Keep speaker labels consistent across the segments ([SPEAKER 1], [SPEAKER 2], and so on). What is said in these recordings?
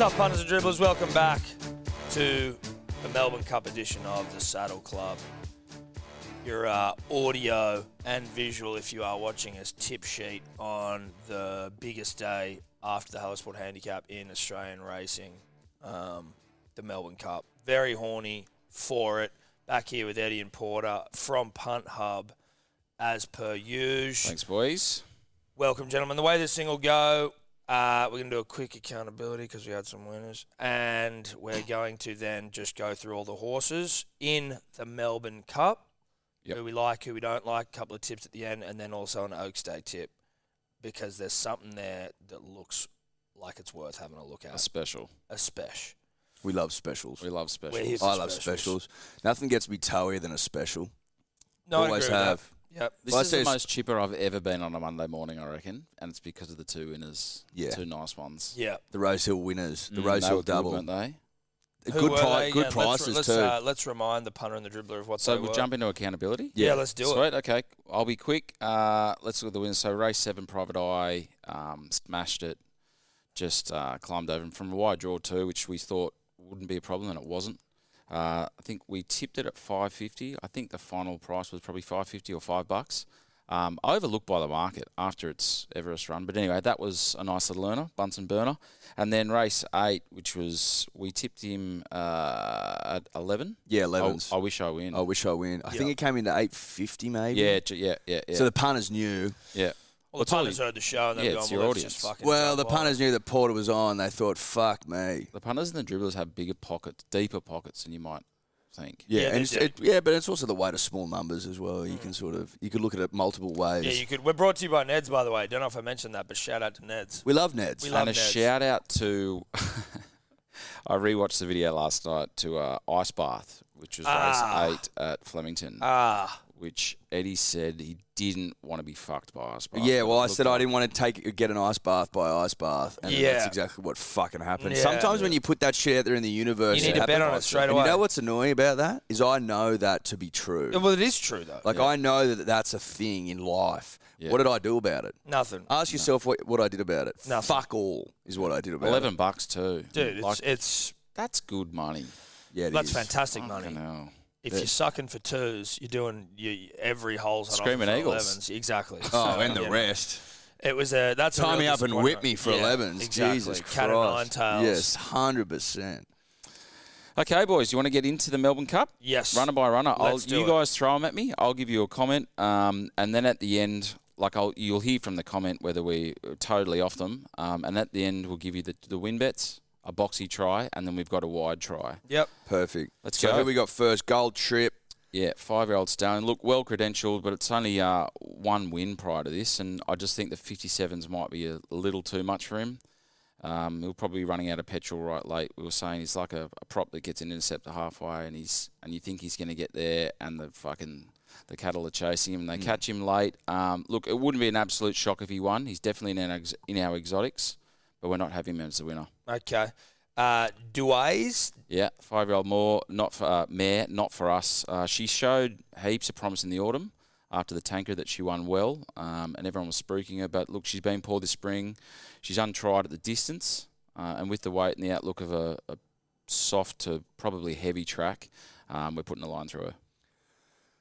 [SPEAKER 1] up, punters and dribblers? Welcome back to the Melbourne Cup edition of the Saddle Club. Your uh, audio and visual, if you are watching us, tip sheet on the biggest day after the Hallsport Handicap in Australian racing, um, the Melbourne Cup. Very horny for it. Back here with Eddie and Porter from Punt Hub, as per usual.
[SPEAKER 2] Thanks, boys.
[SPEAKER 1] Welcome, gentlemen. The way this thing will go, uh, we're going to do a quick accountability because we had some winners. And we're going to then just go through all the horses in the Melbourne Cup.
[SPEAKER 2] Yep.
[SPEAKER 1] Who we like, who we don't like, a couple of tips at the end, and then also an Oaks Day tip because there's something there that looks like it's worth having a look
[SPEAKER 2] A
[SPEAKER 1] at.
[SPEAKER 2] special.
[SPEAKER 1] A special.
[SPEAKER 3] We love specials.
[SPEAKER 2] We love special.
[SPEAKER 1] We're here for
[SPEAKER 3] I love
[SPEAKER 1] specials.
[SPEAKER 3] specials. Nothing gets me towier than a special.
[SPEAKER 1] No, I
[SPEAKER 3] Always
[SPEAKER 1] agree with
[SPEAKER 3] have.
[SPEAKER 1] that. Yep.
[SPEAKER 2] This
[SPEAKER 3] Well, I'd
[SPEAKER 2] is
[SPEAKER 3] say
[SPEAKER 2] the
[SPEAKER 3] it's-
[SPEAKER 2] most cheaper I've ever been on a Monday morning, I reckon, and it's because of the two winners.
[SPEAKER 3] Yeah.
[SPEAKER 2] Two nice ones.
[SPEAKER 1] Yeah.
[SPEAKER 3] The Rose Hill winners, the
[SPEAKER 2] Mm,
[SPEAKER 3] Rose
[SPEAKER 2] they
[SPEAKER 3] Hill
[SPEAKER 2] were good,
[SPEAKER 3] double.
[SPEAKER 2] weren't they?
[SPEAKER 1] Who
[SPEAKER 3] good
[SPEAKER 1] were
[SPEAKER 3] pri-
[SPEAKER 1] they
[SPEAKER 3] good
[SPEAKER 1] again? Let's re-
[SPEAKER 3] prices
[SPEAKER 1] let's,
[SPEAKER 3] too.
[SPEAKER 1] uh, let's remind the punter and the dribbler of what
[SPEAKER 2] So
[SPEAKER 1] they
[SPEAKER 2] we'll
[SPEAKER 1] were.
[SPEAKER 2] jump into accountability.
[SPEAKER 1] yeah.
[SPEAKER 3] Yeah.
[SPEAKER 1] let's do it.
[SPEAKER 2] Sweet. Okay. I'll be quick. Uh, let's look at the winners. So race seven, Private Eye, um, smashed it. Just uh, climbed over and from a wide draw too, which we thought wouldn't be a problem, and it wasn't. Uh, I think we tipped it at 550. I think the final price was probably 550 or five bucks. Um, overlooked by the market after its Everest run, but anyway, that was a nice little earner, Bunsen burner. And then race eight, which was we tipped him uh, at 11.
[SPEAKER 3] yeah,
[SPEAKER 2] I-
[SPEAKER 3] elevens.
[SPEAKER 2] I wish I win.
[SPEAKER 3] I wish I win. I think it came into eight fifty maybe.
[SPEAKER 2] yeah, j- yeah, yeah, yeah.
[SPEAKER 3] So the punters knew.
[SPEAKER 2] yeah.
[SPEAKER 1] Well, the
[SPEAKER 2] Well,
[SPEAKER 1] punters
[SPEAKER 2] Tony-
[SPEAKER 1] heard the show and they've
[SPEAKER 2] yeah,
[SPEAKER 1] gone,
[SPEAKER 2] it's
[SPEAKER 1] well,
[SPEAKER 2] your
[SPEAKER 1] let's just
[SPEAKER 2] audience.
[SPEAKER 1] fucking
[SPEAKER 3] Well, the
[SPEAKER 1] jump on it."
[SPEAKER 3] punters knew that Porter was on. They thought, "Fuck me."
[SPEAKER 2] The punters and the dribblers have bigger pockets, deeper pockets than you might think.
[SPEAKER 3] Yeah,
[SPEAKER 1] Yeah, they
[SPEAKER 3] and it's,
[SPEAKER 1] do.
[SPEAKER 3] it, yeah, but it's also the weight of small numbers as well. You can sort of you could look at it multiple ways.
[SPEAKER 1] Yeah, you could. We're brought to you by Ned's, by the way. Don't know if I mentioned that, but shout out to Ned's.
[SPEAKER 3] we love Neds.
[SPEAKER 1] We love
[SPEAKER 2] and a
[SPEAKER 1] Neds.
[SPEAKER 2] shout out to I rewatched the video last night to uh, Ice Bath, which was
[SPEAKER 1] Ah.
[SPEAKER 2] race eight at Flemington,
[SPEAKER 1] Ah,
[SPEAKER 2] which Eddie said he didn't want to be fucked by Ice Bath.
[SPEAKER 3] yeah,
[SPEAKER 2] but
[SPEAKER 3] well,
[SPEAKER 2] it
[SPEAKER 3] I
[SPEAKER 2] looked
[SPEAKER 3] said I
[SPEAKER 2] like-
[SPEAKER 3] didn't want to take get an ice bath by ice bath, and
[SPEAKER 1] Yeah.
[SPEAKER 3] that's exactly what fucking happened.
[SPEAKER 1] Yeah.
[SPEAKER 3] Sometimes when you put that shit out there in the universe,
[SPEAKER 1] You need
[SPEAKER 3] it
[SPEAKER 1] to bet
[SPEAKER 3] happens.
[SPEAKER 1] on it straight
[SPEAKER 3] And
[SPEAKER 1] away.
[SPEAKER 3] You know what's annoying about that is I know that to be true.
[SPEAKER 1] well, it is true though.
[SPEAKER 3] Like I know that that's a thing in life.
[SPEAKER 2] Yeah.
[SPEAKER 3] What did I do about it?
[SPEAKER 1] Nothing,
[SPEAKER 3] Ask yourself what, what I did about it.
[SPEAKER 1] Nothing.
[SPEAKER 3] Fuck all is what I did about it.
[SPEAKER 2] Eleven bucks too,
[SPEAKER 1] dude. It's
[SPEAKER 2] Like,
[SPEAKER 1] it's
[SPEAKER 2] that's good money.
[SPEAKER 3] Yeah, it
[SPEAKER 1] that's
[SPEAKER 3] is.
[SPEAKER 1] fantastic
[SPEAKER 2] Fucking
[SPEAKER 1] money.
[SPEAKER 2] hell.
[SPEAKER 1] If
[SPEAKER 3] Yeah.
[SPEAKER 1] you're sucking for twos, you're doing you, every hole's on offer
[SPEAKER 2] Screaming
[SPEAKER 1] for
[SPEAKER 2] Eagles.
[SPEAKER 1] 11s. Exactly.
[SPEAKER 3] Oh, and the
[SPEAKER 1] yeah.
[SPEAKER 3] rest.
[SPEAKER 1] It was a that's a
[SPEAKER 3] Tie
[SPEAKER 1] real
[SPEAKER 3] me up and
[SPEAKER 1] disappointment.
[SPEAKER 3] whip me for
[SPEAKER 1] Yeah,
[SPEAKER 3] 11s.
[SPEAKER 1] Exactly.
[SPEAKER 3] Jesus
[SPEAKER 1] Cat
[SPEAKER 3] Christ.
[SPEAKER 1] and nine tails.
[SPEAKER 3] Yes, 100%.
[SPEAKER 2] Okay, boys, you want to get into the Melbourne Cup?
[SPEAKER 1] Yes.
[SPEAKER 2] Runner by runner. I'll,
[SPEAKER 1] Let's do
[SPEAKER 2] you
[SPEAKER 1] it.
[SPEAKER 2] guys throw them at me. I'll give you a comment, um, and then at the end, like I'll, you'll hear from the comment whether we are totally off them. Um, and at the end, we'll give you the, the win bets, a boxy try, and then we've got a wide try.
[SPEAKER 1] Yep.
[SPEAKER 3] Perfect.
[SPEAKER 2] Let's
[SPEAKER 3] so
[SPEAKER 2] go.
[SPEAKER 3] who we got first? Gold Trip.
[SPEAKER 2] Yeah, five-year-old stallion. Look, well credentialed, but it's only uh, one win prior to this, and I just think the 57s might be a little too much for him. Um, he'll probably be running out of petrol right late. We were saying he's like a, a prop that gets an interceptor halfway, and he's and you think he's going to get there, and the fucking the cattle are chasing him, and they catch him late. Um, look, it wouldn't be an absolute shock if he won. He's definitely in our, ex- in our exotics, but we're not having him as the winner.
[SPEAKER 1] Okay. Uh, Duays.
[SPEAKER 2] Yeah, five year old Moore, not for uh, Mare, not for us. Uh, she showed heaps of promise in the autumn after the tanker that she won well, um, and everyone was spruiking her. But look, she's been poor this spring. She's untried at the distance, uh, and with the weight and the outlook of a, a soft to probably heavy track, um, we're putting a line through her.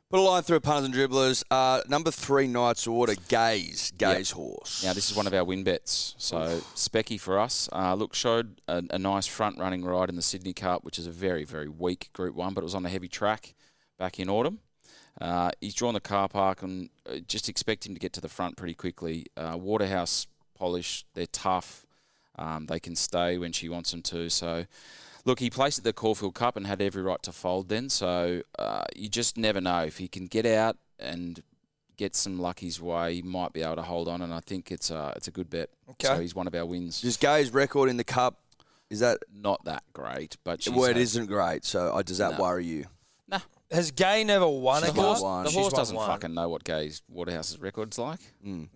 [SPEAKER 3] Put a line through punters and dribblers. Uh, number three, Knights Order, Gaze. Gaze Horse.
[SPEAKER 2] Now, this is one of our win bets. So, Specky for us. Uh, look, showed a, a nice front running ride in the Sydney Cup, which is a very, very weak Group 1, but it was on a heavy track back in autumn. Uh, he's drawn the car park and uh, just expect him to get to the front pretty quickly. Uh, Waterhouse polish, they're tough. Um, they can stay when she wants them to. So, look, he placed at the Caulfield Cup and had every right to fold then. So, uh, you just never know. If he can get out and get some luck his way, he might be able to hold on. And I think it's a, it's a good bet.
[SPEAKER 1] Okay.
[SPEAKER 2] So, he's one of our wins.
[SPEAKER 3] Does Gaze record in the cup? Is that
[SPEAKER 2] Not that great, but she's
[SPEAKER 3] well? It
[SPEAKER 2] had-
[SPEAKER 3] isn't great. So uh, does that
[SPEAKER 2] No.
[SPEAKER 3] worry you?
[SPEAKER 2] Nah,
[SPEAKER 1] Has Gay never won
[SPEAKER 3] She's
[SPEAKER 1] a
[SPEAKER 2] the
[SPEAKER 3] won
[SPEAKER 1] cup?
[SPEAKER 2] horse,
[SPEAKER 3] one.
[SPEAKER 2] the
[SPEAKER 1] She's
[SPEAKER 2] horse
[SPEAKER 1] won
[SPEAKER 2] doesn't
[SPEAKER 1] one.
[SPEAKER 2] fucking know what Gay's Waterhouse's record's like.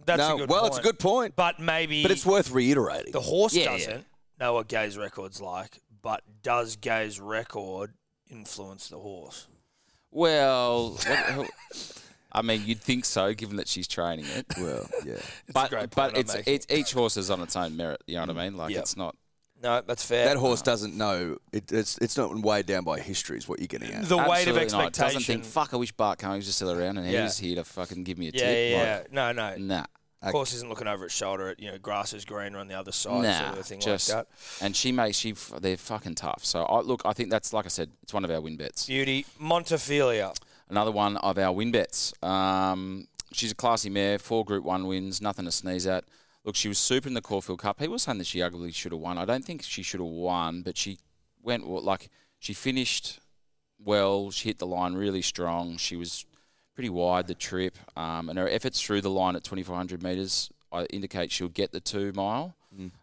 [SPEAKER 1] That's
[SPEAKER 3] no.
[SPEAKER 1] a good
[SPEAKER 3] well,
[SPEAKER 1] point.
[SPEAKER 3] it's a good point,
[SPEAKER 1] But maybe.
[SPEAKER 3] but it's worth reiterating.
[SPEAKER 1] The horse
[SPEAKER 2] Yeah, yeah.
[SPEAKER 1] doesn't know what Gay's record's like, but does Gay's record influence the horse?
[SPEAKER 2] Well, what, I mean, you'd think so, given that she's training it.
[SPEAKER 3] well, yeah.
[SPEAKER 2] but
[SPEAKER 1] great point
[SPEAKER 2] but
[SPEAKER 1] I'm
[SPEAKER 2] it's,
[SPEAKER 1] making. Mm.
[SPEAKER 2] it's each horse is on its own merit. You know what I mean? Like
[SPEAKER 1] Yep.
[SPEAKER 2] it's not.
[SPEAKER 1] No, that's fair.
[SPEAKER 3] That horse doesn't know. It, it's it's not weighed down by history. Is what you're getting at.
[SPEAKER 1] the weight of
[SPEAKER 2] Absolutely not.
[SPEAKER 1] expectation.
[SPEAKER 2] Doesn't think, fuck, I wish Bart Cummings was still around and
[SPEAKER 1] Yeah.
[SPEAKER 2] he's here to fucking give me a
[SPEAKER 1] yeah,
[SPEAKER 2] tip.
[SPEAKER 1] yeah,
[SPEAKER 2] Like,
[SPEAKER 1] yeah. No, no.
[SPEAKER 2] Nah.
[SPEAKER 1] Horse isn't looking over its shoulder at you know grass is greener on the other side,
[SPEAKER 2] Nah,
[SPEAKER 1] Oh, sort of thing
[SPEAKER 2] just
[SPEAKER 1] like that.
[SPEAKER 2] and she may she f- they're fucking tough. So I look, I think that's like I said, it's one of our win bets.
[SPEAKER 1] Beauty Montefilia.
[SPEAKER 2] Another one of our win bets. Um, she's a classy mare, four Group One wins, nothing to sneeze at. Look, she was super in the Caulfield Cup. People were saying that she arguably should have won. I don't think she should have won, but she went well, like she finished well. She hit the line really strong. She was pretty wide the trip, um, and her efforts through the line at 2,400 metres I indicate she'll get the two mile.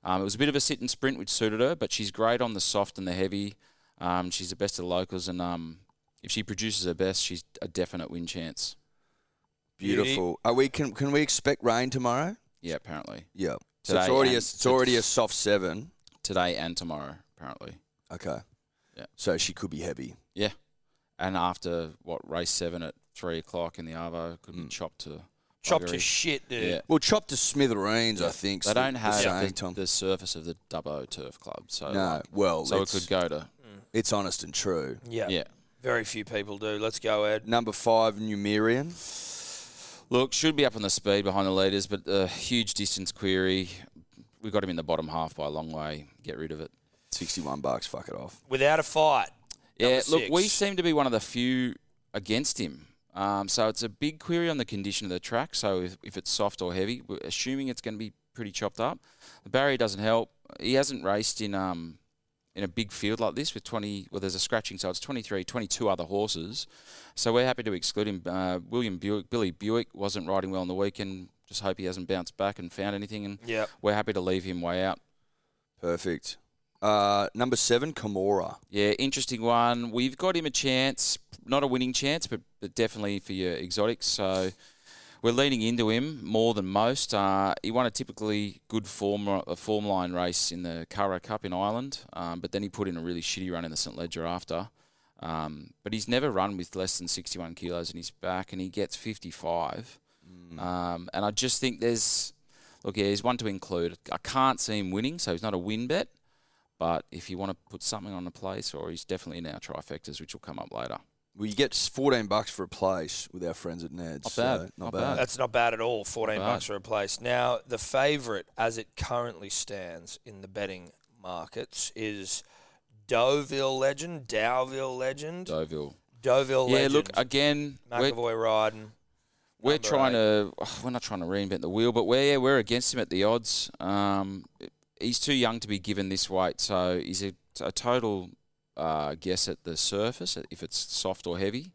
[SPEAKER 2] Um, it was a bit of a sit and sprint, which suited her, but she's great on the soft and the heavy. Um, she's the best of the locals, and um, if she produces her best, she's a definite win chance.
[SPEAKER 3] Beautiful. Are we can can we expect rain tomorrow?
[SPEAKER 2] Yeah, apparently
[SPEAKER 3] Yeah. So it's
[SPEAKER 2] Today
[SPEAKER 3] already a,
[SPEAKER 2] and-
[SPEAKER 3] it's already a soft seven.
[SPEAKER 2] today and tomorrow, apparently.
[SPEAKER 3] Okay.
[SPEAKER 2] Yeah.
[SPEAKER 3] So she could be heavy.
[SPEAKER 2] Yeah, and after what race seven at three o'clock in the Arvo could
[SPEAKER 3] Hmm.
[SPEAKER 2] be chopped to
[SPEAKER 1] Chopped
[SPEAKER 2] buggery.
[SPEAKER 1] to shit, dude.
[SPEAKER 2] Yeah.
[SPEAKER 3] Well, chopped to smithereens, I think.
[SPEAKER 2] They don't have
[SPEAKER 3] the, same,
[SPEAKER 2] the,
[SPEAKER 3] Tom.
[SPEAKER 2] the surface of the Dubbo Turf Club, so
[SPEAKER 3] no.
[SPEAKER 2] like-
[SPEAKER 3] well,
[SPEAKER 2] Uh, so it
[SPEAKER 3] it's,
[SPEAKER 2] could go to
[SPEAKER 3] it's honest and true.
[SPEAKER 1] Yeah.
[SPEAKER 2] yeah.
[SPEAKER 1] Very few people do. Let's go, Ed.
[SPEAKER 3] Number five, Numerian.
[SPEAKER 2] Look, should be up on the speed behind the leaders, but a huge distance query. We got him in the bottom half by a long way. Get rid of it.
[SPEAKER 3] Sixty-one bucks. Fuck it off.
[SPEAKER 1] Without a fight.
[SPEAKER 2] Yeah,
[SPEAKER 1] Number
[SPEAKER 2] look, we
[SPEAKER 1] six.
[SPEAKER 2] seem to be one of the few against him. Um, so it's a big query on the condition of the track. So if, if it's soft or heavy, we're assuming it's going to be pretty chopped up. The barrier doesn't help. He hasn't raced in um, in a big field like this with 20. Well, there's a scratching, so it's 23, 22 other horses. So we're happy to exclude him. Uh, William Buick, Billy Buick wasn't riding well on the weekend. Just hope he hasn't bounced back and found anything. And
[SPEAKER 1] Yep.
[SPEAKER 2] we're happy to leave him way out.
[SPEAKER 3] Perfect. Uh, number seven, Kimura.
[SPEAKER 2] Yeah, interesting one. We've got him a chance, not a winning chance, but, but definitely for your exotics. So we're leaning into him more than most. Uh, he won a typically good form uh, a form line race in the Curra Cup in Ireland, um, but then he put in a really shitty run in the St Ledger after. Um, but he's never run with less than 61 kilos in his back, and he gets 55. Um, and I just think there's, look, yeah, he's one to include. I can't see him winning, so he's not a win bet. But if you want to put something on the place, or he's definitely in our trifectas, which will come up later.
[SPEAKER 3] Well, you get fourteen bucks for a place with our friends at Ned's.
[SPEAKER 2] Not bad,
[SPEAKER 3] so
[SPEAKER 2] not bad.
[SPEAKER 1] That's not bad at all. 14
[SPEAKER 2] Not
[SPEAKER 1] bucks
[SPEAKER 2] bad.
[SPEAKER 1] for a place. Now, the favourite as it currently stands in the betting markets is Deauville Legend, Dowville Legend,
[SPEAKER 2] Deauville.
[SPEAKER 1] Deauville
[SPEAKER 2] yeah,
[SPEAKER 1] Legend.
[SPEAKER 2] look again. We're,
[SPEAKER 1] McAvoy riding.
[SPEAKER 2] we're
[SPEAKER 1] number
[SPEAKER 2] trying to. oh, we're not trying to reinvent the wheel, but we're yeah, we're against him at the odds. Um, he's too young to be given this weight, so he's a, a total uh, guess at the surface if it's soft or heavy.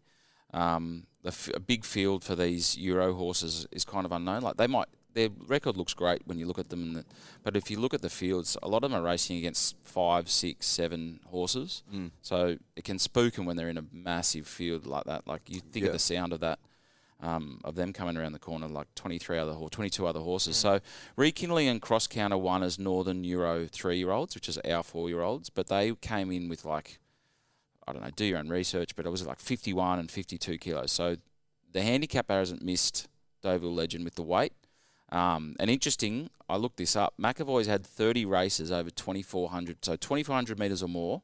[SPEAKER 2] Um, the f- a big field for these Euro horses is kind of unknown. Like they might, their record looks great when you look at them, and the- but if you look at the fields, a lot of them are racing against five, six, seven horses. Mm. So it can spook them when they're in a massive field like that. Like you think
[SPEAKER 3] Yeah.
[SPEAKER 2] of the sound of that. Um, of them coming around the corner, like 23 other or 22 other horses. So rekindling and cross counter one as Northern Euro three year olds, which is our four year olds, but they came in with like I don't know, do your own research, but it was like 51 and 52 kilos. So the handicap hasn't missed Deauville Legend with the weight. Um, and interesting, I looked this up. McAvoy's had 30 races over 2,400, so 2,400 metres or more.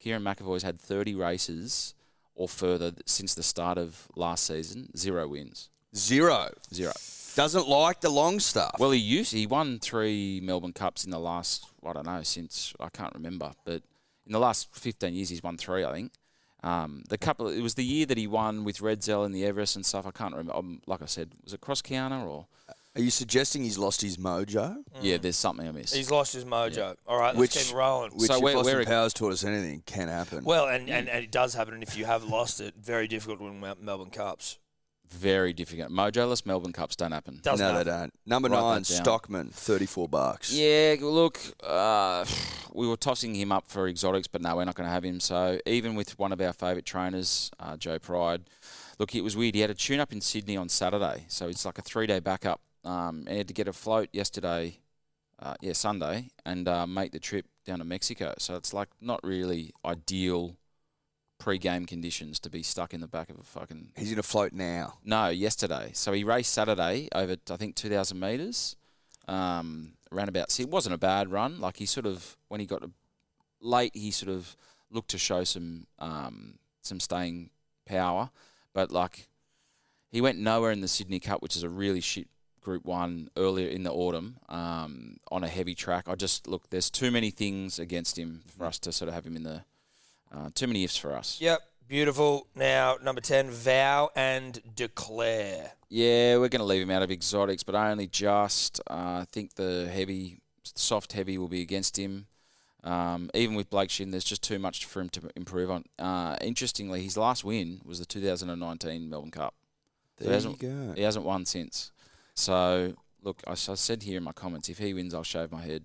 [SPEAKER 2] Kieran McAvoy's had 30 races or further th- since the start of last season. Zero wins.
[SPEAKER 3] Zero
[SPEAKER 2] Zero.
[SPEAKER 3] doesn't like the long stuff.
[SPEAKER 2] Well, he used he won three Melbourne Cups in the last I don't know since I can't remember, but in the last fifteen years he's won three, I think. Um, the couple it was the year that he won with Red Zell in the Everest and stuff. I can't remember. Um, like I said, was it cross counter or
[SPEAKER 3] Are you suggesting he's lost his mojo?
[SPEAKER 2] yeah? There's something I missed.
[SPEAKER 1] He's lost his mojo. All right, let's
[SPEAKER 3] Which-
[SPEAKER 1] keep rolling.
[SPEAKER 3] Which,
[SPEAKER 2] So
[SPEAKER 3] if
[SPEAKER 2] we're-
[SPEAKER 3] Austin
[SPEAKER 2] we're-
[SPEAKER 3] Powers taught us anything, can happen.
[SPEAKER 1] well, and, and, and it does happen. And if you have lost it, very difficult to win Mel- Melbourne Cups.
[SPEAKER 2] Very difficult. Mojoless Melbourne Cups don't happen.
[SPEAKER 1] Doesn't
[SPEAKER 3] no,
[SPEAKER 1] happen.
[SPEAKER 3] they don't. Number
[SPEAKER 2] Write that
[SPEAKER 3] nine,
[SPEAKER 2] down.
[SPEAKER 3] Stockman, thirty-four bucks.
[SPEAKER 2] Yeah, look, uh, we were tossing him up for exotics, but no, we're not going to have him. So even with one of our favourite trainers, uh, Joe Pride, look, it was weird. He had a tune up in Sydney on Saturday, so it's like a three day backup. Um, and he had to get a float yesterday, uh, yeah, Sunday, and uh, make the trip down to Mexico. So it's like not really ideal pre-game conditions to be stuck in the back of a fucking
[SPEAKER 3] He's gonna float now.
[SPEAKER 2] no, yesterday. So he raced Saturday over, I think, 2,000 metres. Um, ran about, so it wasn't a bad run. Like he sort of, when he got a late he sort of looked to show some um, some staying power, but like he went nowhere in the Sydney Cup, which is a really shit Group One earlier in the autumn um, on a heavy track. I just look, there's too many things against him for us to sort of have him in the uh, too many ifs for us.
[SPEAKER 1] Yep, beautiful. Now, number 10, vow and declare.
[SPEAKER 2] Yeah, we're going to leave him out of exotics, but only just. Uh, I think the heavy, soft heavy will be against him. Um, even with Blake Shin, there's just too much for him to improve on. Uh, interestingly, his last win was the 2019 Melbourne Cup. So he,
[SPEAKER 3] There you
[SPEAKER 2] hasn't,
[SPEAKER 3] go.
[SPEAKER 2] he hasn't won since. So, look, I, s- I said here in my comments, if he wins, I'll shave my head.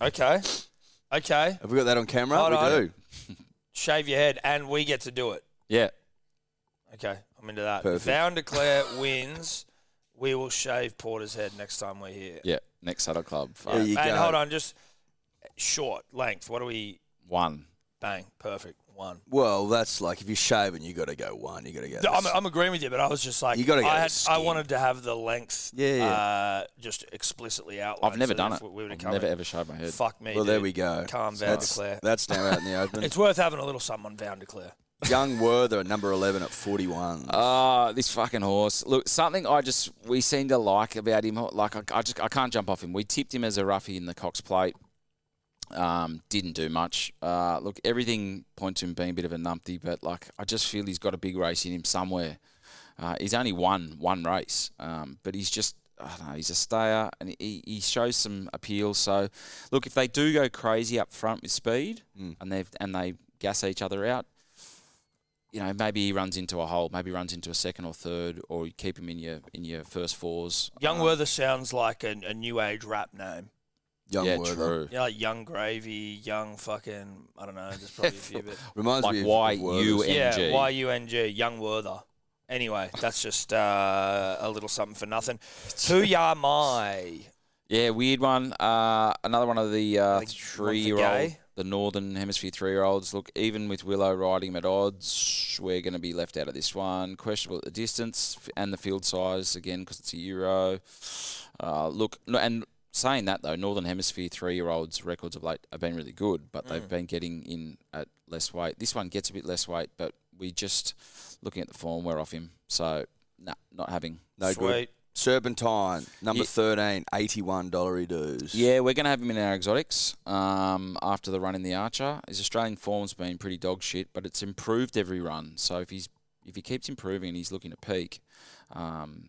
[SPEAKER 1] Okay. Okay.
[SPEAKER 3] Have we got that on
[SPEAKER 2] Oh,
[SPEAKER 3] camera?
[SPEAKER 1] Hold
[SPEAKER 3] we
[SPEAKER 1] on.
[SPEAKER 3] do.
[SPEAKER 1] Shave your head, and we get to do it.
[SPEAKER 2] Yeah,
[SPEAKER 1] Okay, I'm into that.
[SPEAKER 3] Perfect.
[SPEAKER 1] Vow and declare wins. We will shave Porter's head next time we're here.
[SPEAKER 2] yeah. Next Saddle Club.
[SPEAKER 3] There
[SPEAKER 2] Fuck.
[SPEAKER 3] you
[SPEAKER 1] and
[SPEAKER 3] go.
[SPEAKER 1] hold on, just short length. What do we
[SPEAKER 2] One.
[SPEAKER 1] bang? Perfect one.
[SPEAKER 3] Well, that's like if you're shaving, you got to go one. You got to go.
[SPEAKER 1] No, I'm,
[SPEAKER 3] this.
[SPEAKER 1] I'm agreeing with you, but I was just like,
[SPEAKER 3] You gotta go
[SPEAKER 1] I,
[SPEAKER 3] with
[SPEAKER 1] had, I
[SPEAKER 3] skin.
[SPEAKER 1] wanted to have the length,
[SPEAKER 3] Yeah, yeah.
[SPEAKER 1] Uh, just explicitly outlined.
[SPEAKER 2] I've never
[SPEAKER 1] so
[SPEAKER 2] done
[SPEAKER 1] if
[SPEAKER 2] it.
[SPEAKER 1] We, we would've
[SPEAKER 2] I've
[SPEAKER 1] come
[SPEAKER 2] never
[SPEAKER 1] in,
[SPEAKER 2] ever shaved my head.
[SPEAKER 1] Fuck me.
[SPEAKER 3] well, there
[SPEAKER 1] dude.
[SPEAKER 3] we go.
[SPEAKER 1] Calm
[SPEAKER 3] So
[SPEAKER 1] down,
[SPEAKER 3] that's,
[SPEAKER 1] Claire.
[SPEAKER 3] that's now out in the open.
[SPEAKER 1] It's worth having a little something on vow and declare.
[SPEAKER 3] Young Werther, number eleven at forty-one.
[SPEAKER 2] Ah, this fucking horse. Look, something I just we seem to like about him. Like I, I just I can't jump off him. We tipped him as a roughie in the Cox Plate. Um, didn't do much. Uh, look, everything points to him being a bit of a numpty, but like I just feel he's got a big race in him somewhere. Uh, he's only won one race, um, but he's just I don't know. He's a stayer, and he, he shows some appeal. So, look, if they do go crazy up front with speed, and they and they gas each other out, you know, maybe he runs into a hole, maybe he runs into a second or third, or you keep him in your in your first fours.
[SPEAKER 1] Young
[SPEAKER 2] Uh,
[SPEAKER 3] Uh-huh.
[SPEAKER 1] Werther sounds like a, a new age rap name.
[SPEAKER 3] Young
[SPEAKER 2] yeah,
[SPEAKER 3] Werther
[SPEAKER 2] true.
[SPEAKER 1] Yeah, like Young Gravy, Young fucking, I don't know, there's probably a few bit.
[SPEAKER 3] reminds
[SPEAKER 2] Like
[SPEAKER 3] me of
[SPEAKER 2] Y
[SPEAKER 3] of Werther's.
[SPEAKER 2] U N.
[SPEAKER 1] Yeah,
[SPEAKER 2] NG.
[SPEAKER 1] Y-U-N-G, Young Werther. Anyway, that's just uh, a little something for nothing. Tuya Mai.
[SPEAKER 2] Yeah, weird one. Uh, another one of the uh,
[SPEAKER 1] Like,
[SPEAKER 2] three year
[SPEAKER 1] one for
[SPEAKER 2] old,
[SPEAKER 1] gay?
[SPEAKER 2] the Northern Hemisphere three year olds. Look, even with Willow riding him at odds, we're going to be left out of this one. Questionable at the distance f- and the field size again because it's a Euro. Uh, look, no, and saying that though, Northern Hemisphere three year olds' records of late have been really good, but they've been getting in at less weight. This one gets a bit less weight, but we just looking at the form, we're off him. So, nah, not having.
[SPEAKER 3] No
[SPEAKER 1] Sweet.
[SPEAKER 3] good. Serpentine, number
[SPEAKER 2] Ye-
[SPEAKER 3] 13, 81 dollar dues.
[SPEAKER 2] Yeah, we're going to have him in our exotics um, after the run in the Archer. His Australian form's been pretty dog shit, but it's improved every run. So if he's if he keeps improving and he's looking to peak, um,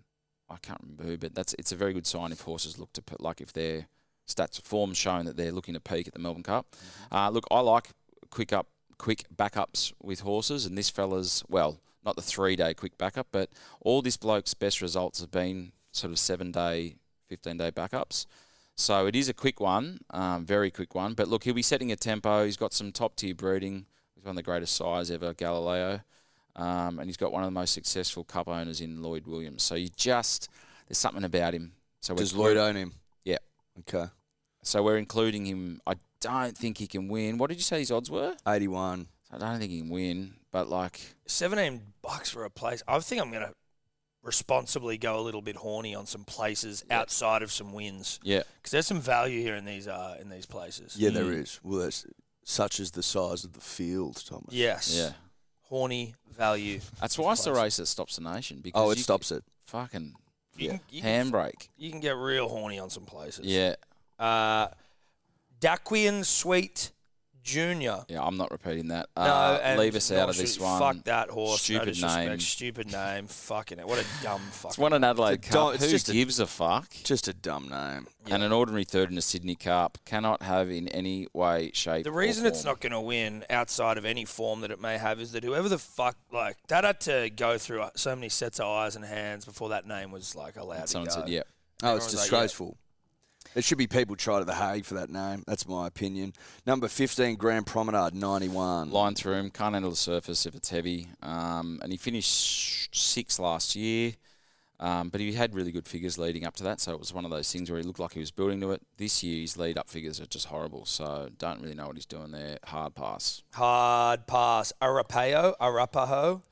[SPEAKER 2] I can't remember who, but that's it's a very good sign if horses look to put like if their stats form's showing that they're looking to peak at the Melbourne Cup. Uh, look, I like quick up quick backups with horses, and this fella's well not the three day quick backup, but all this bloke's best results have been sort of seven day, fifteen day backups. So it is a quick one, um, very quick one. But look, he'll be setting a tempo. He's got some top tier breeding. He's one of the greatest sires ever, Galileo, um, and he's got one of the most successful cup owners in Lloyd Williams. So you just there's something about him. So we're-
[SPEAKER 3] Does Lloyd uh, own him?
[SPEAKER 2] Yeah.
[SPEAKER 3] Okay.
[SPEAKER 2] So we're including him. I don't think he can win. What did you say his odds were?
[SPEAKER 3] 81.
[SPEAKER 2] I don't think he can win. But like,
[SPEAKER 1] 17 bucks for a place. I think I'm going to responsibly go a little bit horny on some places outside of some wins
[SPEAKER 2] yeah,
[SPEAKER 1] because there's some value here in these uh, in these places.
[SPEAKER 3] Yeah, there
[SPEAKER 2] Mm.
[SPEAKER 3] is. Well, that's such is the size of the field, Thomas.
[SPEAKER 1] Yes.
[SPEAKER 2] yeah.
[SPEAKER 1] Horny value.
[SPEAKER 2] That's why it's the
[SPEAKER 1] Close.
[SPEAKER 2] race that stops the nation because
[SPEAKER 3] Oh, it
[SPEAKER 2] you
[SPEAKER 3] stops it.
[SPEAKER 2] fucking
[SPEAKER 1] You,
[SPEAKER 3] Yeah.
[SPEAKER 1] can, you, can,
[SPEAKER 2] handbrake.
[SPEAKER 1] you can get real horny on some places.
[SPEAKER 2] Yeah,
[SPEAKER 1] Uh, Daquian Sweet Junior.
[SPEAKER 2] yeah. I'm not repeating that.
[SPEAKER 1] No,
[SPEAKER 2] Uh,
[SPEAKER 1] and
[SPEAKER 2] leave us out of
[SPEAKER 1] North
[SPEAKER 2] this
[SPEAKER 1] Shore-
[SPEAKER 2] one.
[SPEAKER 1] Fuck that horse. no
[SPEAKER 2] Stupid
[SPEAKER 1] disrespect,
[SPEAKER 2] name.
[SPEAKER 1] Stupid name. Fucking it. What a dumb
[SPEAKER 2] It's
[SPEAKER 1] fucking.
[SPEAKER 2] one in Adelaide
[SPEAKER 3] It's a dom-
[SPEAKER 2] Cup.
[SPEAKER 3] it's
[SPEAKER 2] Who
[SPEAKER 3] just a-
[SPEAKER 2] gives a, fuck?
[SPEAKER 3] Just a dumb name.
[SPEAKER 2] And an ordinary third in a Sydney Cup cannot have in any way, shape.
[SPEAKER 1] The
[SPEAKER 2] or
[SPEAKER 1] reason it's
[SPEAKER 2] form.
[SPEAKER 1] not going to win outside of any form that it may have is that whoever the fuck like that had to go through uh, so many sets of eyes and hands before that name was like allowed
[SPEAKER 2] Someone
[SPEAKER 1] to go.
[SPEAKER 2] said, "Yeah,
[SPEAKER 3] Oh, it's
[SPEAKER 1] Everyone's like,
[SPEAKER 3] disgraceful. There should be people tried at The Hague for that name. That's my opinion. Number 15, Grand Promenade, 91.
[SPEAKER 2] line through him. Can't handle the surface if it's heavy." Um, and he finished sixth last year, um, but he had really good figures leading up to that. So it was one of those things where he looked like he was building to it. This year, his lead-up figures are just horrible. So don't really know what he's doing there. Hard pass.
[SPEAKER 1] Hard pass. Arapeo, Arapaho.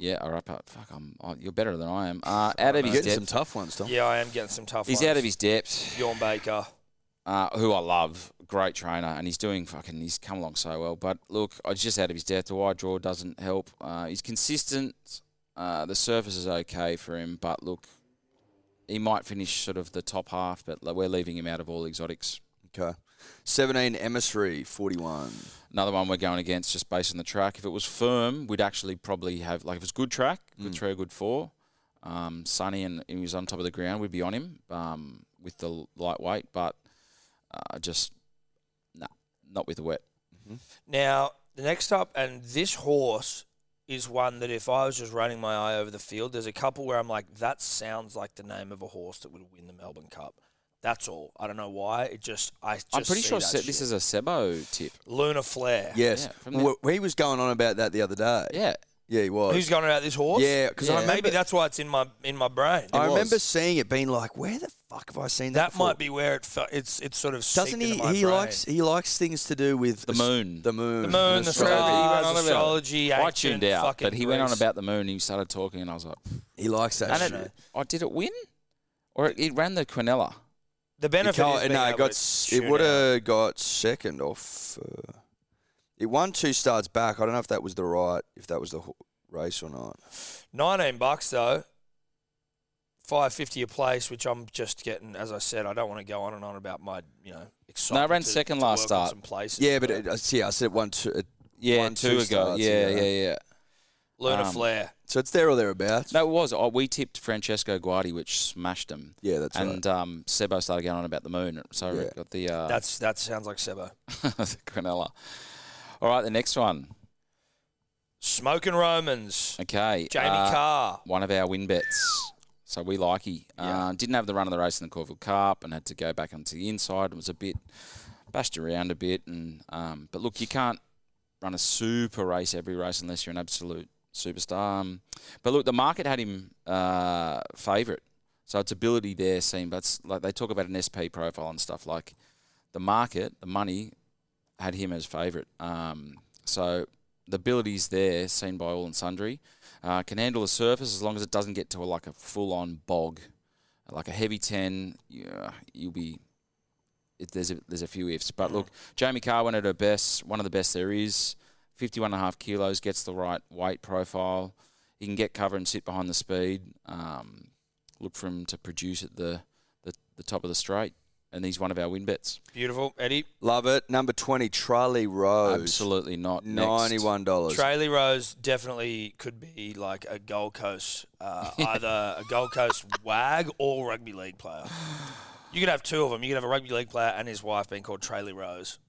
[SPEAKER 2] Yeah, all right, but fuck, I'm, oh, you're better than I am. Uh, out of
[SPEAKER 3] You're
[SPEAKER 2] his
[SPEAKER 3] getting some
[SPEAKER 2] depth.
[SPEAKER 3] tough ones, Tom.
[SPEAKER 1] Yeah, I am getting some tough
[SPEAKER 2] He's
[SPEAKER 1] ones.
[SPEAKER 2] out of his depth.
[SPEAKER 1] Yawn Baker.
[SPEAKER 2] uh, who I love, great trainer, and he's doing fucking, he's come along so well. But look, I was just out of his depth. The wide draw doesn't help. Uh, he's consistent. Uh, the surface is okay for him, but look, he might finish sort of the top half, but like, we're leaving him out of all exotics.
[SPEAKER 3] Okay. 17 Emissary, 41.
[SPEAKER 2] Another one we're going against just based on the track. If it was firm, we'd actually probably have, like, if it's good track, good three, good four, um, sunny and he was on top of the ground, we'd be on him um, with the l- lightweight, but uh, just, no, not with the wet.
[SPEAKER 1] Now, the next up, and this horse is one that if I was just running my eye over the field, there's a couple where I'm like, that sounds like the name of a horse that would win the Melbourne Cup. That's all. I don't know why. It just, I just
[SPEAKER 2] I'm pretty
[SPEAKER 1] see
[SPEAKER 2] sure
[SPEAKER 1] that
[SPEAKER 2] se- this
[SPEAKER 1] shit.
[SPEAKER 2] is a Sebo tip.
[SPEAKER 1] Luna Flair.
[SPEAKER 3] Yes.
[SPEAKER 2] Yeah, from
[SPEAKER 3] Well, he was going on about that the other day.
[SPEAKER 2] Yeah.
[SPEAKER 3] Yeah, he was.
[SPEAKER 1] Who's going about this horse?
[SPEAKER 3] Yeah, 'cause I remember-
[SPEAKER 1] maybe that's why it's in my in my brain.
[SPEAKER 3] I
[SPEAKER 2] was.
[SPEAKER 3] remember seeing it, being like, "Where the fuck have I seen that?"
[SPEAKER 1] that
[SPEAKER 3] before?
[SPEAKER 1] might be where it fe- it's it's sort of
[SPEAKER 3] Doesn't
[SPEAKER 1] seeped
[SPEAKER 3] he?
[SPEAKER 1] into my
[SPEAKER 3] He
[SPEAKER 1] brain.
[SPEAKER 3] likes he likes things to do with
[SPEAKER 2] The
[SPEAKER 3] as-
[SPEAKER 2] moon.
[SPEAKER 3] the moon,
[SPEAKER 1] the moon, the
[SPEAKER 2] astrology. He went
[SPEAKER 1] stars,
[SPEAKER 2] on about it.
[SPEAKER 1] astrology.
[SPEAKER 2] I
[SPEAKER 1] ancient
[SPEAKER 2] tuned out, but
[SPEAKER 1] fucking
[SPEAKER 2] he went on
[SPEAKER 1] Greece.
[SPEAKER 2] about the moon and he started talking, and I was like,
[SPEAKER 3] He likes that
[SPEAKER 2] and
[SPEAKER 3] shit.
[SPEAKER 2] it, oh, did it win? Or it, it ran the Quinella.
[SPEAKER 1] the
[SPEAKER 3] He
[SPEAKER 1] benefit. Is
[SPEAKER 3] can't- no,
[SPEAKER 1] being
[SPEAKER 3] it
[SPEAKER 1] able
[SPEAKER 3] got
[SPEAKER 1] to
[SPEAKER 3] s-
[SPEAKER 1] tune
[SPEAKER 3] it
[SPEAKER 1] out.
[SPEAKER 3] would have got second off. Uh, it won two starts back. I don't know if that was the right, if that was the ho- race or not.
[SPEAKER 1] 19 bucks though. 550 a place, which I'm just getting as I said, I don't want to go on and on about my, you know, excitement.
[SPEAKER 2] ran
[SPEAKER 1] to-
[SPEAKER 2] second
[SPEAKER 1] to
[SPEAKER 2] last
[SPEAKER 1] work on
[SPEAKER 2] start.
[SPEAKER 1] Some places,
[SPEAKER 3] Yeah, but it, uh, I see, I said one two. uh, It,
[SPEAKER 2] Yeah,
[SPEAKER 3] won
[SPEAKER 2] two, ago.
[SPEAKER 3] starts,
[SPEAKER 2] yeah, yeah, yeah.
[SPEAKER 1] Luna
[SPEAKER 2] um,
[SPEAKER 1] Flair.
[SPEAKER 3] So it's there or thereabouts.
[SPEAKER 2] No, it was. Oh, we tipped Francesco Guardi, which smashed him.
[SPEAKER 3] Yeah, that's right.
[SPEAKER 2] and um, Sebo started going on about the moon, so we
[SPEAKER 3] Yeah.
[SPEAKER 2] got the, uh,
[SPEAKER 1] That's that sounds like Sebo.
[SPEAKER 2] the Quinella. All right, the next one.
[SPEAKER 1] Smoking Romans.
[SPEAKER 2] Okay.
[SPEAKER 1] Jamie
[SPEAKER 2] uh,
[SPEAKER 1] Carr.
[SPEAKER 2] one of our win bets. So we like he.
[SPEAKER 1] Yeah.
[SPEAKER 2] Uh, didn't have the run of the race in the Corville Cup and had to go back onto the inside and was a bit bashed around a bit. And um, but look, you can't run a super race every race unless you're an absolute superstar. Um, but look, the market had him uh, favourite, so its ability there seemed. But it's like they talk about an SP profile and stuff like the market, the money had him as favourite. Um, so the abilities there seen by all and sundry. Uh, can handle the surface as long as it doesn't get to a, like a full on bog, like a heavy ten. Yeah, you'll be. It, there's a, there's a few ifs, but look, Jamie Carr went at her best, one of the best there is. 51 and a half kilos gets the right weight profile. He can get cover and sit behind the speed. Um, look for him to produce at the, the the top of the straight, and he's one of our win bets.
[SPEAKER 1] Beautiful. Eddie.
[SPEAKER 3] Love it. Number twenty, Charlie Rose,
[SPEAKER 2] Absolutely not. Next.
[SPEAKER 3] ninety-one dollars.
[SPEAKER 1] Trayley Rose definitely could be like a Gold Coast, uh, either a Gold Coast wag or rugby league player. You could have two of them. You could have a rugby league player and his wife being called Trayley Rose.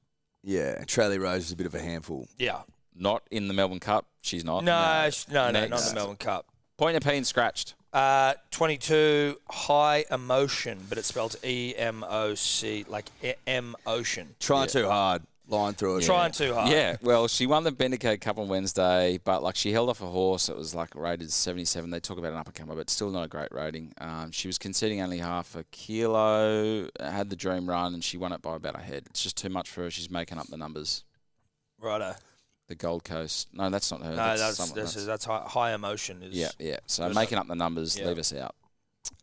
[SPEAKER 3] yeah, Charlie Rose is a bit of a handful.
[SPEAKER 1] Yeah.
[SPEAKER 2] Not in the Melbourne Cup. She's not.
[SPEAKER 1] No, sh- no, no, not
[SPEAKER 2] Next.
[SPEAKER 1] the Melbourne Cup.
[SPEAKER 2] Point of pain scratched.
[SPEAKER 1] Uh, 22, high emotion, but it's spelled E M O C, like E- emotion.
[SPEAKER 3] Trying too hard, lying through it.
[SPEAKER 1] Trying too hard.
[SPEAKER 2] Yeah, well, she won the Bendigo Cup on Wednesday, but like she held off a horse that was like rated 77. They talk about an uppercomer, but still not a great rating. Um, she was conceding only half a kilo, had the dream run, and she won it by about a head. It's just too much for her. She's making up the numbers.
[SPEAKER 1] Righto.
[SPEAKER 2] The Gold Coast. No, that's not her.
[SPEAKER 1] No,
[SPEAKER 2] that's,
[SPEAKER 1] that's, that's,
[SPEAKER 2] someone else.
[SPEAKER 1] that's, high, high emotion. Is,
[SPEAKER 2] Yeah, yeah. So making up the numbers,
[SPEAKER 1] Yeah.
[SPEAKER 2] leave us out.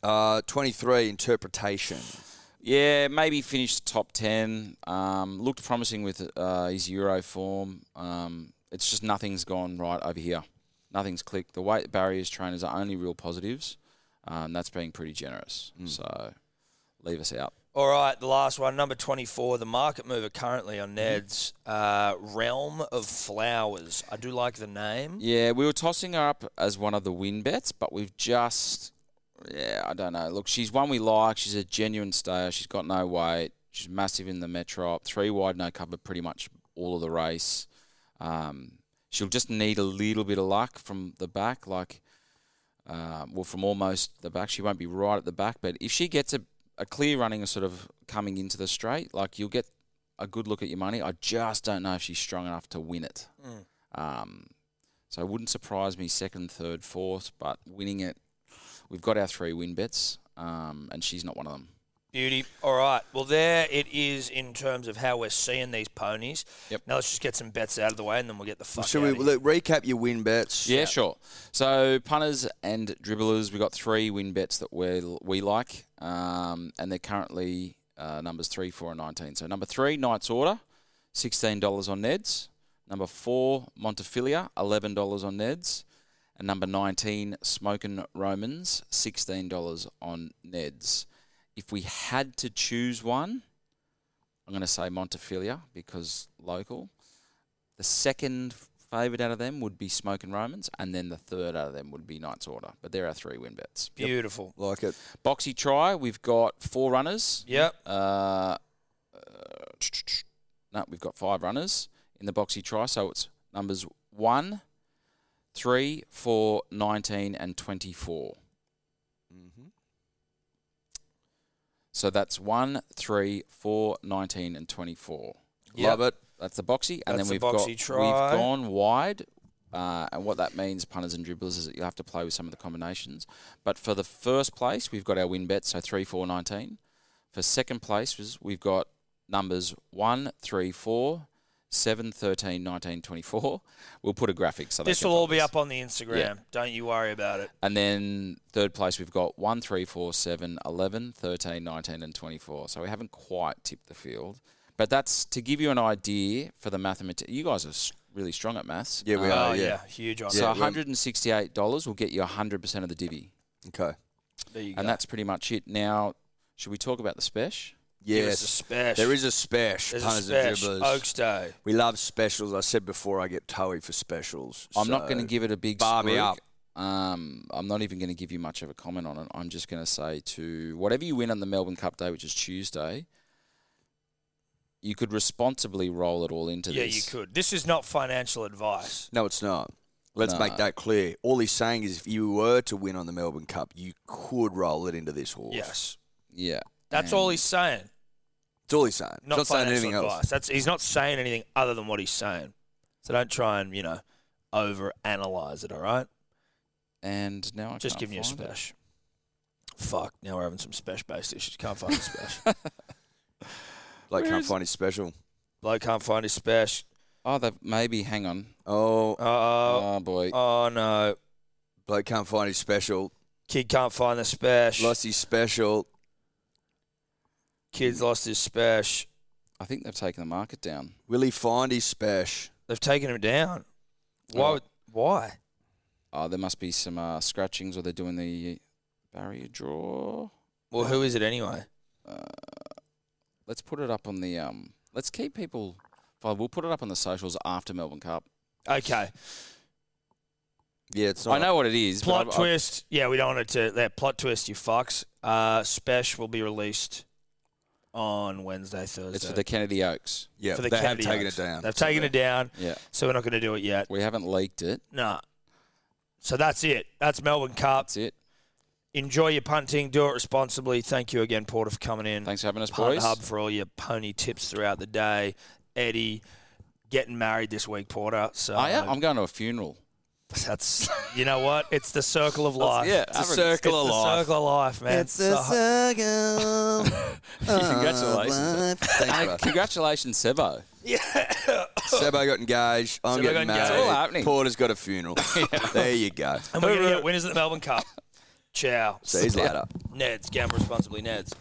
[SPEAKER 3] Uh, Twenty-three, interpretation.
[SPEAKER 2] Yeah, maybe finished top ten. Um, looked promising with uh, his Euro form. Um, it's just nothing's gone right over here. Nothing's clicked. The weight barriers trainers are only real positives. Um, that's being pretty generous. So leave us out.
[SPEAKER 1] All right, the last one, number 24, the market mover currently
[SPEAKER 2] Mm-hmm.
[SPEAKER 1] on Ned's uh, Realm of Flowers. I do like the name.
[SPEAKER 2] Yeah, we were tossing her up as one of the win bets, but we've just, yeah, I don't know. Look, she's one we like. She's a genuine stayer. She's got no weight. She's massive in the metro. Three wide, no cover, pretty much all of the race. Um, she'll just need a little bit of luck from the back, like, uh, well, from almost the back. She won't be right at the back, but if she gets a, a clear running, sort of coming into the straight, like you'll get a good look at your money. I just don't know if she's strong enough to win it. Um, so it wouldn't surprise me second, third, fourth, but winning it, we've got our three win bets, um, and she's not one of them.
[SPEAKER 1] Beauty. All right. Well, there it is in terms of how we're seeing these ponies.
[SPEAKER 2] Yep.
[SPEAKER 1] Now let's just get some bets out of the way, and then we'll get the fuck
[SPEAKER 3] Should
[SPEAKER 1] out
[SPEAKER 3] we
[SPEAKER 1] of here.
[SPEAKER 3] look, recap your win bets?
[SPEAKER 2] Yeah, sure. So punters and dribblers, we've got three win bets that we we like, um, and they're currently uh, numbers three, four, and 19. So number three, Knight's Order, $16 on Neds. Number four, Montefilia, $11 on Neds. And number 19, Smokin' Romans, $16 on Neds. If we had to choose one, I'm going to say Montefilia because local. The second favourite out of them would be Smokin' Romans, and then the third out of them would be Knight's Order. But there are three win bets.
[SPEAKER 1] Beautiful.
[SPEAKER 3] Like it.
[SPEAKER 2] Boxy try, we've got four runners.
[SPEAKER 1] Yep.
[SPEAKER 2] Uh, uh, no, we've got five runners in the boxy try. So it's numbers 1, 3, 4, 19, and 24.
[SPEAKER 3] Mm-hmm.
[SPEAKER 2] So that's 1, 3, 4, 19, and 24.
[SPEAKER 1] Yep.
[SPEAKER 2] Love it. That's the boxy. And
[SPEAKER 1] That's
[SPEAKER 2] then
[SPEAKER 1] the
[SPEAKER 2] we've
[SPEAKER 1] boxy
[SPEAKER 2] got
[SPEAKER 1] try.
[SPEAKER 2] we've gone wide. Uh, and what that means, punters and dribblers, is that you'll have to play with some of the combinations. But for the first place, we've got our win bet, so 3, 4, 19. For second place, was we've got numbers 1, 3, 4, 7, 13, 19, 24. We'll put a graphic. So they
[SPEAKER 1] This
[SPEAKER 2] can
[SPEAKER 1] will all
[SPEAKER 2] find
[SPEAKER 1] be
[SPEAKER 2] us.
[SPEAKER 1] up on the Instagram. Don't you worry about it.
[SPEAKER 2] And then third place, we've got 1, 3, 4, 7, 11, 13, 19, and 24. So we haven't quite tipped the field. But that's to give you an idea for the mathematics. You guys are s- really strong at maths.
[SPEAKER 3] Yeah, we
[SPEAKER 2] Uh,
[SPEAKER 1] Oh,
[SPEAKER 3] are.
[SPEAKER 1] yeah.
[SPEAKER 3] yeah.
[SPEAKER 1] Huge honor.
[SPEAKER 2] So
[SPEAKER 3] Yeah, we're-
[SPEAKER 2] $168 will get you 100% of the divvy.
[SPEAKER 3] Okay.
[SPEAKER 1] there you go.
[SPEAKER 2] And that's pretty much it. Now, should we talk about the special?
[SPEAKER 1] Give us a
[SPEAKER 3] Yes.
[SPEAKER 1] special.
[SPEAKER 3] There is a special.
[SPEAKER 1] There's a
[SPEAKER 3] Punters
[SPEAKER 1] special. Oh,
[SPEAKER 3] and dribblers.
[SPEAKER 1] Oaks Day.
[SPEAKER 3] We love specials. I said before, I get toey for specials.
[SPEAKER 2] I'm not
[SPEAKER 3] so-
[SPEAKER 2] going to give it a big
[SPEAKER 3] bar me
[SPEAKER 2] spruik.
[SPEAKER 3] up.
[SPEAKER 2] Um, I'm not even going to give you much of a comment on it. I'm just going to say to whatever you win on the Melbourne Cup day, which is Tuesday, you could responsibly roll it all into
[SPEAKER 1] Yeah,
[SPEAKER 2] this.
[SPEAKER 1] you could. This is not financial advice.
[SPEAKER 3] No, it's not. Let's
[SPEAKER 2] No.
[SPEAKER 3] make that clear. All he's saying is, if you were to win on the Melbourne Cup, you could roll it into this horse.
[SPEAKER 1] Yes.
[SPEAKER 2] Yeah,
[SPEAKER 1] That's all he's saying.
[SPEAKER 3] That's all he's saying. He's
[SPEAKER 1] Not,
[SPEAKER 3] not saying
[SPEAKER 1] financial
[SPEAKER 3] anything
[SPEAKER 1] advice.
[SPEAKER 3] else.
[SPEAKER 1] That's he's not saying anything other than what he's saying. So don't try and, you know, over analyze it, all right?
[SPEAKER 2] and now I
[SPEAKER 1] Just
[SPEAKER 2] can't
[SPEAKER 1] giving you a
[SPEAKER 2] find it.
[SPEAKER 1] spesh. Fuck, now we're having some spesh based issues. Can't find a spesh.
[SPEAKER 3] Like,
[SPEAKER 2] Where
[SPEAKER 3] can't
[SPEAKER 2] is-
[SPEAKER 3] find his special.
[SPEAKER 1] Bloke can't find his spesh.
[SPEAKER 2] Oh, they've maybe. Hang on.
[SPEAKER 3] Oh,
[SPEAKER 1] Oh,
[SPEAKER 2] Oh, boy.
[SPEAKER 1] oh no.
[SPEAKER 3] bloke can't find his special.
[SPEAKER 1] Kid can't find the spesh.
[SPEAKER 3] Lost his special.
[SPEAKER 1] Kid's lost his spesh.
[SPEAKER 2] I think they've taken the market down.
[SPEAKER 3] Will he find his special?
[SPEAKER 1] They've taken him down. Why
[SPEAKER 2] Oh.
[SPEAKER 1] would, why?
[SPEAKER 2] Oh, there must be some uh, scratchings, or they're doing the barrier draw.
[SPEAKER 1] Well, who is it anyway?
[SPEAKER 2] Uh, let's put it up on the. Um, let's keep people. Well, we'll put it up on the socials after Melbourne Cup.
[SPEAKER 1] Okay.
[SPEAKER 3] Yeah, it's not.
[SPEAKER 2] I know what it is. but
[SPEAKER 1] Plot
[SPEAKER 2] I've- I've-
[SPEAKER 1] twist. yeah, we don't want it to. That plot twist, you fucks. Uh, Spesh will be released on Wednesday, Thursday.
[SPEAKER 2] It's for the Kennedy Oaks.
[SPEAKER 3] Yeah,
[SPEAKER 1] for the
[SPEAKER 3] they have
[SPEAKER 1] Kennedy
[SPEAKER 3] taken
[SPEAKER 1] Oaks.
[SPEAKER 3] it down.
[SPEAKER 1] They've taken it down,
[SPEAKER 2] Yeah.
[SPEAKER 1] so we're not going to do it yet.
[SPEAKER 2] We haven't leaked it.
[SPEAKER 1] Nah. So that's it. That's Melbourne Cup.
[SPEAKER 2] That's it.
[SPEAKER 1] Enjoy your punting. Do it responsibly. Thank you again, Porter, for coming in.
[SPEAKER 2] Thanks for having us,
[SPEAKER 1] Punt
[SPEAKER 2] boys.
[SPEAKER 1] Hub for all your pony tips throughout the day. Eddie, getting married this week, Porter. So
[SPEAKER 2] Oh, yeah, I'm going to a funeral.
[SPEAKER 1] that's you know what? It's the circle of life.
[SPEAKER 2] Yeah,
[SPEAKER 3] It's a circle
[SPEAKER 1] It's
[SPEAKER 3] of
[SPEAKER 1] the
[SPEAKER 3] life.
[SPEAKER 1] circle of life, man. So-
[SPEAKER 3] circle.
[SPEAKER 2] Congratulations. Hey,
[SPEAKER 3] Thanks, bro.
[SPEAKER 2] congratulations, Sebo.
[SPEAKER 3] Sebo got engaged. I'm
[SPEAKER 1] Sebo got
[SPEAKER 3] getting
[SPEAKER 1] engaged.
[SPEAKER 3] married.
[SPEAKER 1] It's all
[SPEAKER 2] happening.
[SPEAKER 3] Porter's got a funeral. there you go.
[SPEAKER 1] And we're going to get winners at the Melbourne Cup. Ciao.
[SPEAKER 3] See you later.
[SPEAKER 1] Neds. Gamble responsibly, Neds.